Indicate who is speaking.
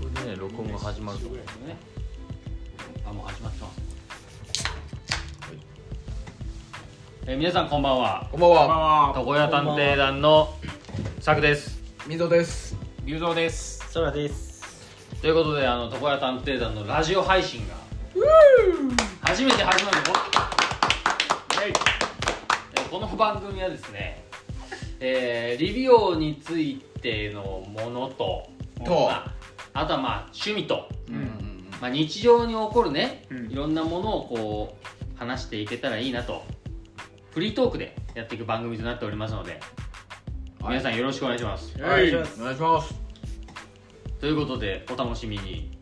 Speaker 1: 今後始まるそうですねあもう始まってます、えー皆さんこんばんは
Speaker 2: こんばん
Speaker 3: こんばん
Speaker 2: は。
Speaker 3: は。
Speaker 1: 床屋探偵団のサクです
Speaker 2: みぞです。
Speaker 3: 龍造です。
Speaker 4: そらです
Speaker 1: ということであの床屋探偵団のラジオ配信が初めて始まるのえーこの番組はですね、えー、理美容についてのものと
Speaker 2: と
Speaker 1: まあ、あとはまあ趣味と、
Speaker 3: うん
Speaker 2: うん
Speaker 1: まあ、日常に起こるね、
Speaker 3: うん
Speaker 1: いろんなものをこう話していけたらいいなとフリートークでやっていく番組となっておりますので、皆さんよろしくお願いします
Speaker 2: はい、お願いします。
Speaker 1: ということでお楽しみに